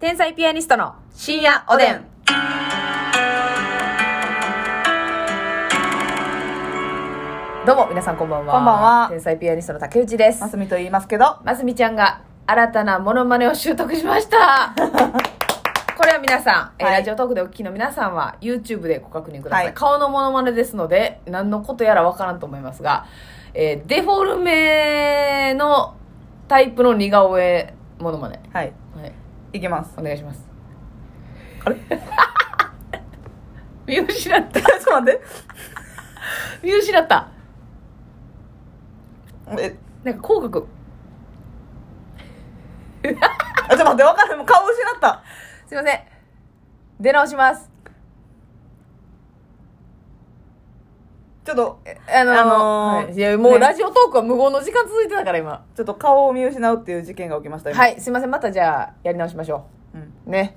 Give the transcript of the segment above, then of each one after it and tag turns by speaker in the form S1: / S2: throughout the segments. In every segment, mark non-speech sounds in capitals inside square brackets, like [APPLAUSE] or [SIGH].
S1: 天才ピアニストの深夜おでん。どうも皆さんこんばんは。
S2: こんばんは
S1: 天才ピアニストの竹内です
S2: マ。スミと言いますけど、
S1: ますみちゃんが新たなモノマネを習得しま
S2: [LAUGHS]
S1: した。これは皆さん、えー
S2: はい
S1: ラジオトークでお聞きの皆さんは YouTube でご確認ください。
S2: はい
S1: 顔のモノマネですので、何のことやらわからんと思いますが、えーデフォルメのタイプの似顔絵モノマネ。
S2: はい、
S1: はい。
S2: い
S1: [LAUGHS]
S2: きます。
S1: お願いします。
S2: あれ
S1: [LAUGHS] 見失った。
S2: ちょっと待って。
S1: 見失った。
S2: え、
S1: なんか口角。
S2: あ、ちょっと待って、わかんない。もう顔失った。
S1: すいません。出直します。
S2: ちょっと、
S1: あのー
S2: あのー
S1: はいいやもう
S2: ね
S1: ラジオトークは無言の時間続いてたから今。
S2: ちょっと顔を見失うっていう事件が起きました。今
S1: はい、すいません。またじゃあ、やり直しましょ
S2: うん。
S1: う。ね。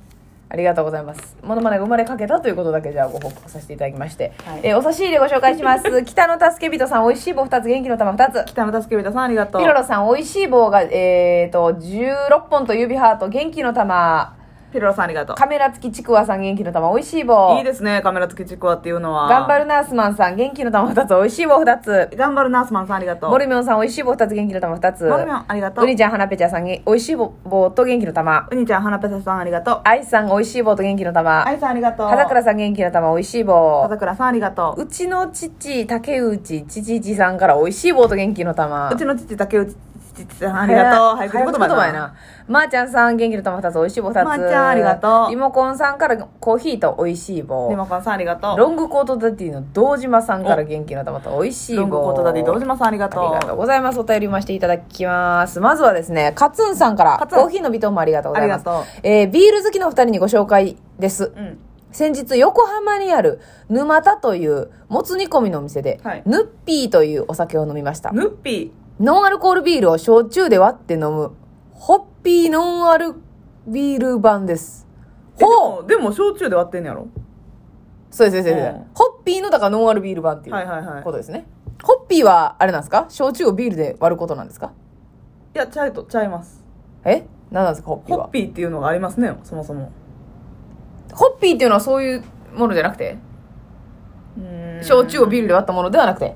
S1: ありがとうございます。モノマネが生まれかけたということだけじゃあご報告させていただきまして。
S2: はい
S1: えーお差し入れご紹介し [LAUGHS] ます。北の助け人さん、美味しい棒2つ、元気の玉2つ。
S2: 北村助人さん、ありがとう。
S1: ピロロさん、美味しい棒が、えーと、16本と指ハート、元気の玉。
S2: ピロロさん、ありがと
S1: カメラ付きちくわさん、元気の玉、美味しい棒。
S2: う。いいですね、カメラ付きちくわっていうのは。
S1: 頑張るナースマンさん、元気の玉2つ、美味しい棒2つ。
S2: る。頑張るナースマンさん、ありがとう。
S1: モルミョンさん、美味しい棒2つ、元気の玉2つ。
S2: モルミョン、ありがとう。
S1: ウニちゃん、花ペチャさん、美味しい棒と元気の玉。
S2: ウニちゃん、花ペサさん、ありがとう。
S1: アイスさん、美味しい棒と元気の玉
S2: ア。イさん、ありがとう。
S1: 葉桜さん元気の玉美味しい棒
S2: 葉。桜さん、ありがとう。
S1: うちの父、竹内、ちちちさんから美味しい棒と元気の玉。
S2: うちの父、竹内さん、ありがと
S1: 早
S2: う。早
S1: 口言
S2: 口
S1: 葉
S2: 言葉
S1: や
S2: やな。
S1: な。まー、ちゃんさん元気の玉2つ、美味しい棒2つ。
S2: まーちゃんありがとう
S1: リモコンさんからコーヒーと美味しい
S2: リ
S1: 棒。
S2: モコンさん、ありがとう。
S1: ロングコートダディの堂島さんから元気の玉と美味しい棒。
S2: ロングコートダディ、堂島さん、ありがと
S1: ありがと
S2: う
S1: う。ございます。お便り読ませていただきます。まずはですね、カツンさんから
S2: カ、ツン
S1: コーヒーのビトンもありがとうございます。
S2: ありがと
S1: えービール好きのお二人にご紹介です。
S2: うん。
S1: 先日横浜にある沼田というもつ煮込みのお店で、
S2: はい
S1: ヌッピーというお酒を飲みました
S2: ヌッピ
S1: ノンアルコールビールを焼酎で割って飲むホッピーノンアルビール版です
S2: ー。
S1: ほう
S2: うでも、焼酎で割ってんのやろ
S1: そうですそうですそうです
S2: うん
S1: ホッピーのだからノンアルビール版ってい
S2: はいはいは
S1: う
S2: い
S1: ことですね、ホッピーはあれなんですか焼酎をビールで割ることなんですか
S2: いや、ちゃいと、ちゃいます。
S1: え何なんですかホッピー
S2: ホ
S1: は
S2: ッピーっていうのがありますね、そもそも。
S1: ホッピーっていうのはそういうものじゃなくて焼酎をビールで割ったものではなくて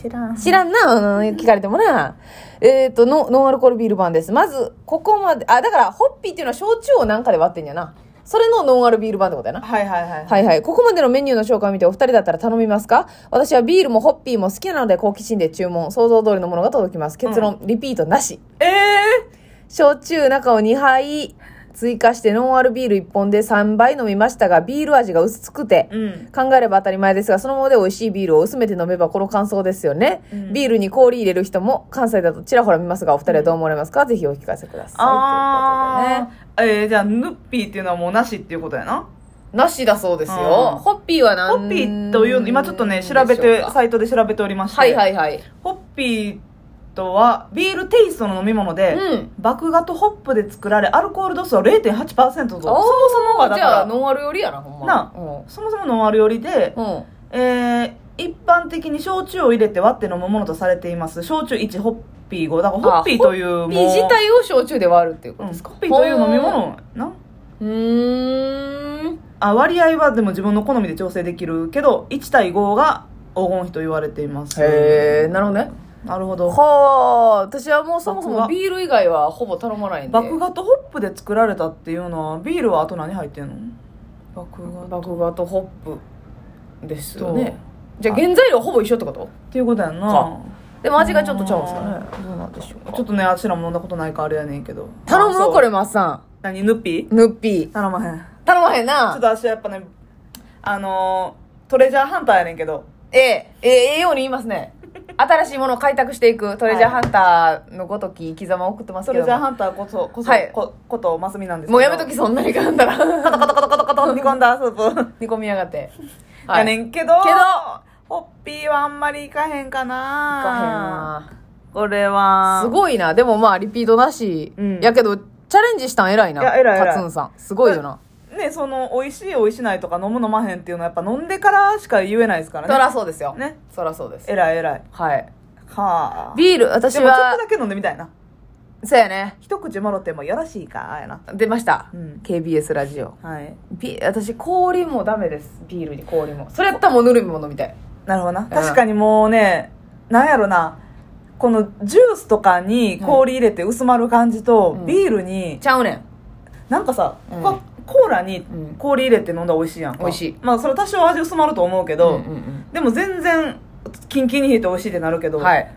S2: 知らん。
S1: 知らんな、うん、聞かれてもな。えっ、とノ、ノンアルコールビール版です。まず、ここまで、あ、だから、ホッピーっていうのは焼酎をなんかで割ってんやな。それのノンアルビール版ってことやな。
S2: はいはいはい。
S1: はいはい。ここまでのメニューの紹介を見てお二人だったら頼みますか私はビールもホッピーも好きなので好奇心で注文。想像通りのものが届きます。結論、リピートなし。
S2: え
S1: 焼酎中を2杯追加してノンアルビール1本で3杯飲みましたが、ビール味が薄くて、
S2: えうん。
S1: 考えれば当たり前ですが、そのままで美味しいビールを薄めて飲めばこの感想ですよね。
S2: うん
S1: ビールに氷入れる人も関西だとちらほら見ますが、お二人はどう思われますか、ぜひお聞かせください。と
S2: あ
S1: いうことでね。
S2: ー。えー、じゃあ、ヌッピーっていうのはもうなしっていうことやな。
S1: なしだそうですよ。
S2: うん
S1: ホッピーは何
S2: ホッピーというの、今ちょっとね、調べ
S1: でしてょう、か
S2: サイトで調べておりまして。。
S1: はいはいいはい。
S2: ホッピーとは、ビールテイストの飲み物で、
S1: うん。
S2: 麦芽とホップで作られ、アルコール度数は0.8%と、そもそもがだ
S1: じ
S2: か
S1: ゃあ
S2: ら、
S1: ノンアルよりやな、ほんま。
S2: なそもそもノンアルよりで、
S1: うん。うん。
S2: えー一般的に焼酎を入れて割って飲むものとされています焼酎1ホッピー5だからホッピーというもう
S1: ビー自体を焼酎で割るっていう
S2: う
S1: こと
S2: んホ
S1: ですか、
S2: ッピーという飲み物な
S1: うーん。
S2: あ割合はでも自分の好みで調整できるけど1対5が黄金比と言われています
S1: へえ、なるほどね。
S2: なるほど
S1: はあ、私はもうそもそも
S2: 麦
S1: ビール以外はほぼ頼まないんで。
S2: 麦芽とホップで作られたっていうのはビールはあと何入ってんの麦芽と
S1: 麦芽とホップですよねじゃあ
S2: はい
S1: 原材料ほぼ一緒ってこと
S2: っていうことやん
S1: か
S2: な
S1: でも味がちょっとちゃうんですかねどうなんでしょう
S2: ちょっとねあちらも飲んだことないからあれやねんけど
S1: 頼む
S2: あそ
S1: の
S2: う
S1: これマッサ
S2: 何ヌッピ
S1: ンヌッピー
S2: ー頼まへん
S1: 頼まへん
S2: ちょっ
S1: な
S2: と私はやっぱね、あのートレジャーハンターやねんけど、
S1: ええええええように言います
S2: [LAUGHS]
S1: ね新しいものを開拓していくトレジャーハンターのごとき生き様を送ってます
S2: ト
S1: け
S2: レ
S1: ど
S2: ジャー
S1: も
S2: ハンターこそ、こそ、
S1: はい
S2: ここと、ますみなんですけど。
S1: もうやめときそんなに噛んだ
S2: カ
S1: ら
S2: タカタカタカタカタ煮込んだスープ。
S1: 煮込みやがって
S2: やね
S1: い
S2: んけど、
S1: けど
S2: ホッピーはあんまりいかへんか
S1: かへん
S2: な
S1: な
S2: これは、
S1: すごいなでもまあリピートなし、
S2: うん
S1: やけどチャレンジしたん偉いない
S2: や偉い偉い
S1: カツンさんすごいよな
S2: ね、その、美味しい美味しないとか飲む飲まへんっていうのはやっぱ飲んでからしか言えないですから
S1: そ
S2: ね。
S1: らそうですよ、
S2: ね。
S1: そらそうです
S2: えらいえらい。
S1: はい
S2: はあ。
S1: ビール私
S2: でもちょっ
S1: は
S2: とだけ飲んでみたいな。
S1: そうやね。
S2: 一口もろてもよろしいかやな。
S1: 出ました。
S2: うん
S1: KBS ラジオ。
S2: はい。
S1: ビ私、氷もダメです。ビールに氷も。それやったらもうぬるいもの飲みたい。
S2: なるほどな。確かにもうね、なんやろな。このジュースとかに氷入れて薄まる感じと、
S1: うん
S2: ビールに、
S1: ちゃうねん。
S2: なんかさ、
S1: うん
S2: ココーラに
S1: うん
S2: 氷入れて飲んだら美味しいやんか。
S1: 美味しい
S2: まあそれ多少味薄まると思うけ
S1: うん
S2: ど、
S1: うん
S2: でも全然、キンキンに冷えて美味しいってなるけ
S1: う
S2: ど、
S1: ん。はい。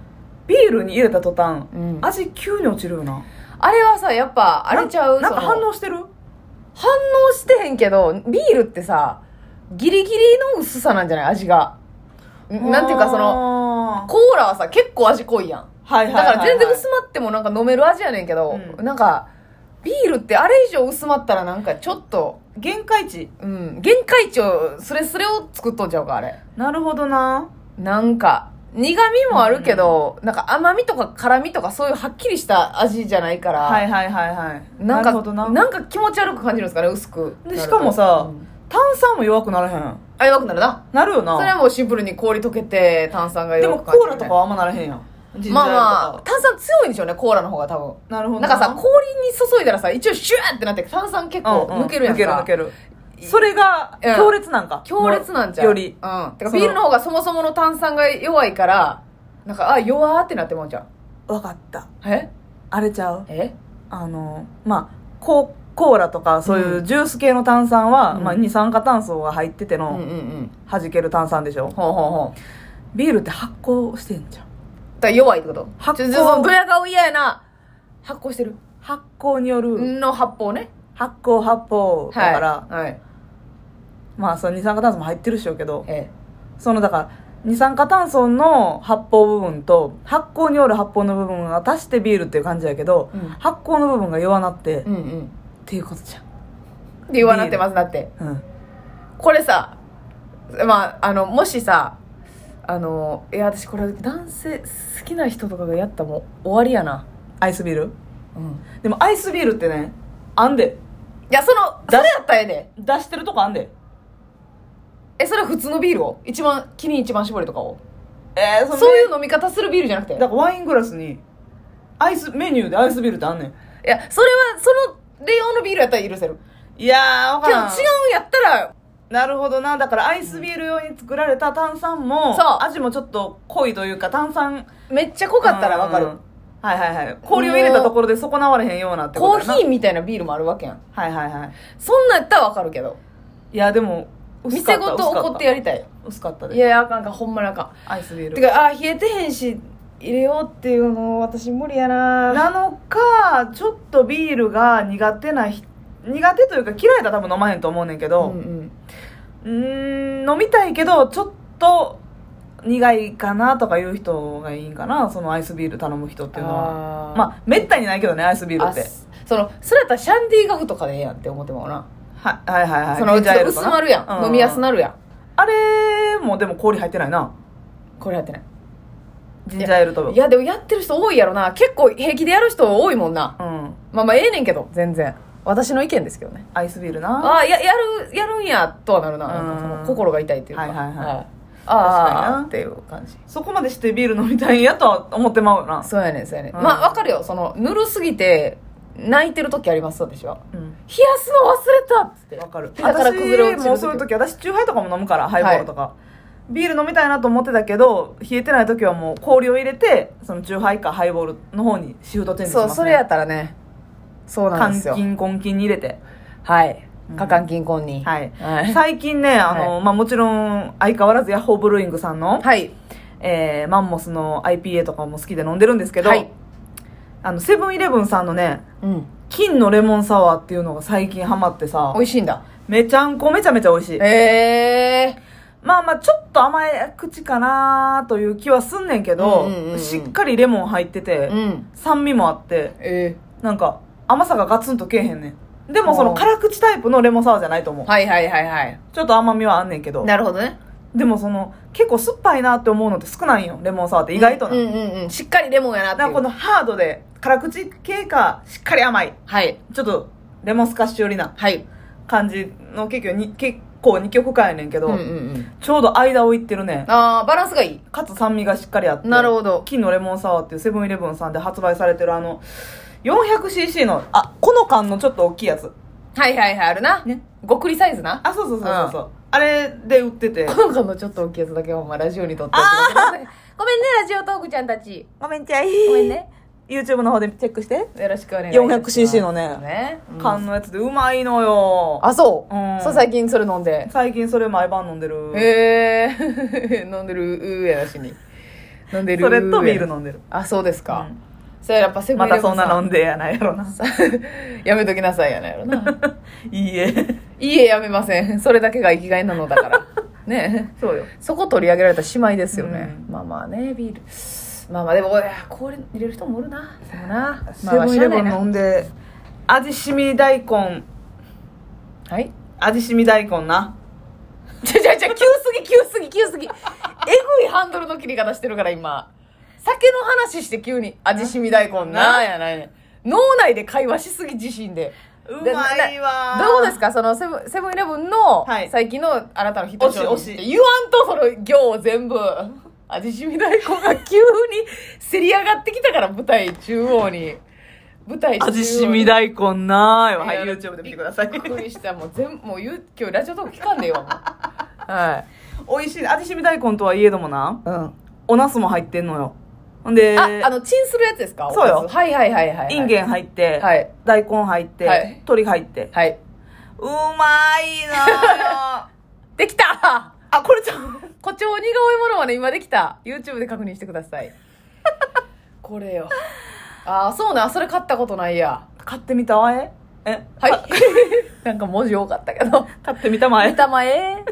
S2: ビールに入れた途端、
S1: うん
S2: 味急に落ちるよな。
S1: あれはさ、やっぱ、あれちゃう
S2: ななんか
S1: その
S2: 反応してる
S1: 反応してへんけど、ビールってさ、ギリギリの薄さなんじゃない味が。んなんていうかその、
S2: の、
S1: コーラはさ、結構味濃いやん。
S2: はいはい
S1: だ
S2: は
S1: か
S2: いはい
S1: ら全然薄まってもなんか飲める味やねんけど、
S2: うん
S1: なんか、ビールってあれ以上薄まったらなんかちょっと、
S2: 限界値。
S1: うん、限界値を、それそれを作っとんちゃうか、あれ。
S2: なるほどな。
S1: なんか、苦味もあるけど、なんか甘みとか辛みとかそういうはっきりした味じゃないから、
S2: はいはいはいはい。
S1: なんか
S2: るほどな。
S1: なんか気持ち悪く感じるんですかね、薄くなると。
S2: でしかもさ
S1: うん
S2: 炭酸も弱くならへん。
S1: あ、弱くなるな。
S2: なるよな。
S1: それはもうシンプルに氷溶けて炭酸が
S2: で
S1: 弱
S2: も
S1: く
S2: コ
S1: 感じ
S2: ー
S1: る
S2: ラ
S1: ね
S2: とかはあんまならへんやん。ジンジャーエールとか
S1: まあまあ、炭酸強いんでしょうね、コーラの方が多
S2: なるほ
S1: 分。
S2: ど
S1: なんかさ、氷に注いだらさ、一応シューってなって炭酸結構
S2: うんうん
S1: 抜けるやんか。
S2: 抜ける抜ける。それが
S1: うん
S2: 強烈なんか。
S1: 強烈なんじゃん。
S2: よ
S1: うん。
S2: り。
S1: てか、
S2: その
S1: ビールの方がそもそもの炭酸が弱いから、なんか、あ、弱ーってなってもうじゃん。
S2: わかった。
S1: え
S2: あれちゃう。
S1: え
S2: あの、まあ、ココーラとかそういううジュース系の炭酸は、
S1: うん
S2: まあ、二酸化炭素が入ってて
S1: うんうんう
S2: の
S1: ん。
S2: 弾ける炭酸でしょ、
S1: ほうほうほう。
S2: ビールって発酵してんじゃん
S1: だから弱いってこと
S2: 発酵
S1: ちょちょそのドヤ顔嫌やな。発酵してる。
S2: 発酵による
S1: の発泡ね。
S2: 発酵発泡だから、
S1: はい。
S2: まあその二酸化炭素も入ってるっしょうけど
S1: え
S2: そのだから二酸化炭素の発泡部分と発酵による発泡の部分が足してビールっていう感じやけど、
S1: うん
S2: 発酵の部分が弱なって、
S1: え。
S2: っ
S1: うんうん。
S2: ていうことじゃ
S1: で、弱なってます、だって。
S2: ん、うん、
S1: これさまああのもしさあのいや私これ男性好きな人とかがやったらもう終わりやな
S2: アイスビール
S1: うん
S2: でもアイスビールってねあんで
S1: いやそのそれやったらええで
S2: 出してるとこあんで
S1: えそれは普通のビールを一番キリン一番絞りとかを
S2: えー、その
S1: そういう飲み方するビールじゃなくてい
S2: だからワイングラスにアイスメニューでアイスビールってあんねん
S1: やそれはそのレオンのビールやったら許せる
S2: いやーわ
S1: け
S2: か
S1: ど違う
S2: らん
S1: んやったら
S2: なるほどなだからアイスビール用に作られた炭酸も、
S1: そう
S2: 味もちょっと濃いというか炭酸
S1: めっちゃ濃かったらわか
S2: う
S1: る
S2: んはいはいはい氷を入れたところで損なわれへんようなって
S1: コ
S2: こと
S1: ー
S2: やな
S1: ヒーみたいなビールもあるわけやん
S2: はいはいはい
S1: そんなんやったらわかるけど
S2: いやでも
S1: 店ごと怒ってやりたい
S2: 薄かった
S1: い
S2: で
S1: やいやあかんあかんほんまにあかん
S2: アイスビー
S1: て
S2: ル
S1: かあー冷えてへんし入れようっていうの私無理やな
S2: なのかちょっとビールが苦手な人苦手というか嫌いだ多分飲まへんと思うねんけ
S1: うん
S2: ど
S1: うん
S2: うーん飲みたいけどちょっと苦いかなとかいう人がいいんかなそのアイスビール頼む人っていうのは
S1: あー
S2: まあめったにないけどねアイスビール
S1: あ
S2: って
S1: すそのそれやったらシャンディガフとかでええやんって思ってもな
S2: ははいはいはい
S1: そのう
S2: ジンジャーエール
S1: 薄
S2: とかな
S1: まるや
S2: うん
S1: 飲みやすなるやん
S2: あれもでも氷入ってないな
S1: これやってない
S2: ジンジャーエールと
S1: いやでもやってる人多いやろな結構平気でやる人多いもんな
S2: うん
S1: まあまあええねんけど全然私の意見ですけどね
S2: アイスビールな
S1: ああややるやるんやとはなるななんかそ
S2: うん
S1: の心が痛いっていうか
S2: はいはいはい確かに
S1: ああ
S2: な
S1: っていう感じ
S2: そこまでしてビール飲みたいんやとは思ってまうよな
S1: そうやねんそうやねん
S2: うん
S1: まあわかるよそのぬるすぎて泣いてる時あります私は
S2: うん
S1: 冷やすの忘れたっつって
S2: わかる
S1: だから崩れ落ちる
S2: 私もうそういう時私チューハイとかも飲むからハイボールとか、ビール飲みたいなと思ってたけど冷えてない時はもう氷を入れてそのチューハイかハイボールの方にシフトチェンジし
S1: そ
S2: ます、
S1: う
S2: ね、
S1: それやったらねそうなんですよ
S2: 肝筋根筋に入れて
S1: はい
S2: うん
S1: 過換金婚に
S2: はい
S1: はい
S2: 最近ねあの、まあ、もちろん相変わらずヤッホーブルーイングさんの、
S1: はい
S2: えーマンモスの IPA とかも好きで飲んでるんですけど、
S1: はい
S2: あのセブンイレブンさんのね
S1: うん
S2: 金のレモンサワーっていうのが最近ハマってさ
S1: 美味しいんだ
S2: めちゃんこめちゃめちゃ美味しい
S1: ええ
S2: まあまあちょっと甘い口かなという気はすんねんけど、
S1: うんうんうんうん
S2: しっかりレモン入ってて、
S1: うん
S2: 酸味もあって
S1: え
S2: なんか甘さがガツンとけえへんねんでもそ
S1: あ
S2: の
S1: ー
S2: 辛口タイプのレモンサワーじゃないと思
S1: え
S2: う
S1: はいはいはいはい
S2: ちょっと甘みはあんねんけど
S1: なるほどね
S2: でもその結構酸っぱいなって思うのって少ないんよレモンサワーって意外とな、
S1: うんうんうんしっかりレモンやなって
S2: だからこ
S1: いう
S2: のハードで辛口系かしっかり甘い
S1: はい
S2: ちょっとレモンスカッシュ寄りな
S1: はい
S2: 感じの結局に結構2曲間やねんけ
S1: う
S2: ど、
S1: んうんうん
S2: ちょうど間をいってるね
S1: ああバランスがいい
S2: かつ酸味がしっかりあって
S1: なるほど
S2: 金のレモンサワーっていうセブンイレブンさんで発売されてるあの 400cc の、あ、この缶のちょっと大きいやつ。
S1: はいはいはい、あるな。
S2: ね
S1: ごくりサイズな。
S2: あ、そうそうそうそうそう、あれで売ってて。
S1: この子のちょっと大きいやつだけほんまラジオにとっておいてくださいごめんね、ラジオトークちゃんたち。
S2: ごめんちゃい。
S1: ごめん。ね。
S2: YouTube の方でチェックして。
S1: よろしくお願いします。
S2: 400cc のね
S1: ね。うん
S2: 缶のやつでうまいのよ。
S1: あ、そう。
S2: うん
S1: そう、最近それ飲んで。
S2: 最近それ毎晩飲んでる。
S1: へえー、飲んで [LAUGHS] る、うーやなしに。飲んでる。
S2: それとビール飲んでる。
S1: あ、そうですか。
S2: うん
S1: それやっぱセブン
S2: ま
S1: イレブ
S2: た
S1: ンさ
S2: そんな飲んでやないやろな。
S1: [LAUGHS] やめときなさいやなやろな。
S2: いいえ。
S1: いいえ、やめません。それだけが生きがいなのだから。ねえ
S2: そうよ。
S1: そこ取り上げられた姉妹ですよね。
S2: う
S1: まあまあね、ビール。まあまあ、でも、いや氷入れる人もおるな。でもな。
S2: セ
S1: まあま
S2: ブ
S1: あ、
S2: ン
S1: 知
S2: イ
S1: らな
S2: レブ
S1: い
S2: ン飲
S1: な。
S2: んで、味しみ大根、
S1: はい。 [LAUGHS]
S2: 味しみ大根な。
S1: じゃじゃじゃ、急すぎ、急すぎ、急すぎ。えぐいハンドルの切り方してるから、今。酒の話して急に、味しみ大根な、
S2: な
S1: やないね。脳内で会話しすぎ自身で。
S2: う
S1: で
S2: まいわ
S1: などういうことですかそのセブン、セブンイレブンの
S2: はい、
S1: 最近のあなたのヒット商
S2: 推
S1: 品
S2: し推
S1: っ
S2: して
S1: 言わんと、その行を全部。 [LAUGHS] 味しみ大根が急にせり上がってきたから、舞台中央に。舞台中央に。
S2: 味しみ大根なーよ。はい、
S1: いや
S2: YouTube で見てください。
S1: びっくりした。もう全、もう言う、今日ラジオトーク聞かんでよ、もう。はい。
S2: 美味しい。味しみ大根とはいえどもな、
S1: うん。
S2: お茄子も入ってんのよ。ほんで、
S1: あ、あの、チンするやつですか
S2: そうよ
S1: おかずはいはいはいはいはい。
S2: インゲン入って、
S1: はい
S2: 大根入って、
S1: はい
S2: 鶏入って。
S1: はい。
S2: うまい
S1: [LAUGHS]
S2: なーよ。
S1: できた
S2: あ、これちゃう。
S1: 誇張似顔絵ものまね今できた。YouTube で確認してください。これよ。 [LAUGHS] ああ、そうな。それ買ったことないや。
S2: 買ってみたわええ [LAUGHS]
S1: はい。なんか文字多かったけど。
S2: 買ってみたま
S1: 見
S2: え
S1: たまえ。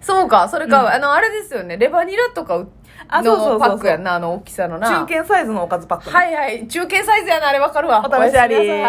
S1: そうか。それか、あの、あれですよね。レバニラとかう
S2: あそうそうそうそ
S1: の
S2: う
S1: パックやんな。あの大きさのな。
S2: 中堅サイズのおかずパックね
S1: はいはい。中堅サイズやな。あれわかるわ。
S2: お試しあり
S1: やすみなさい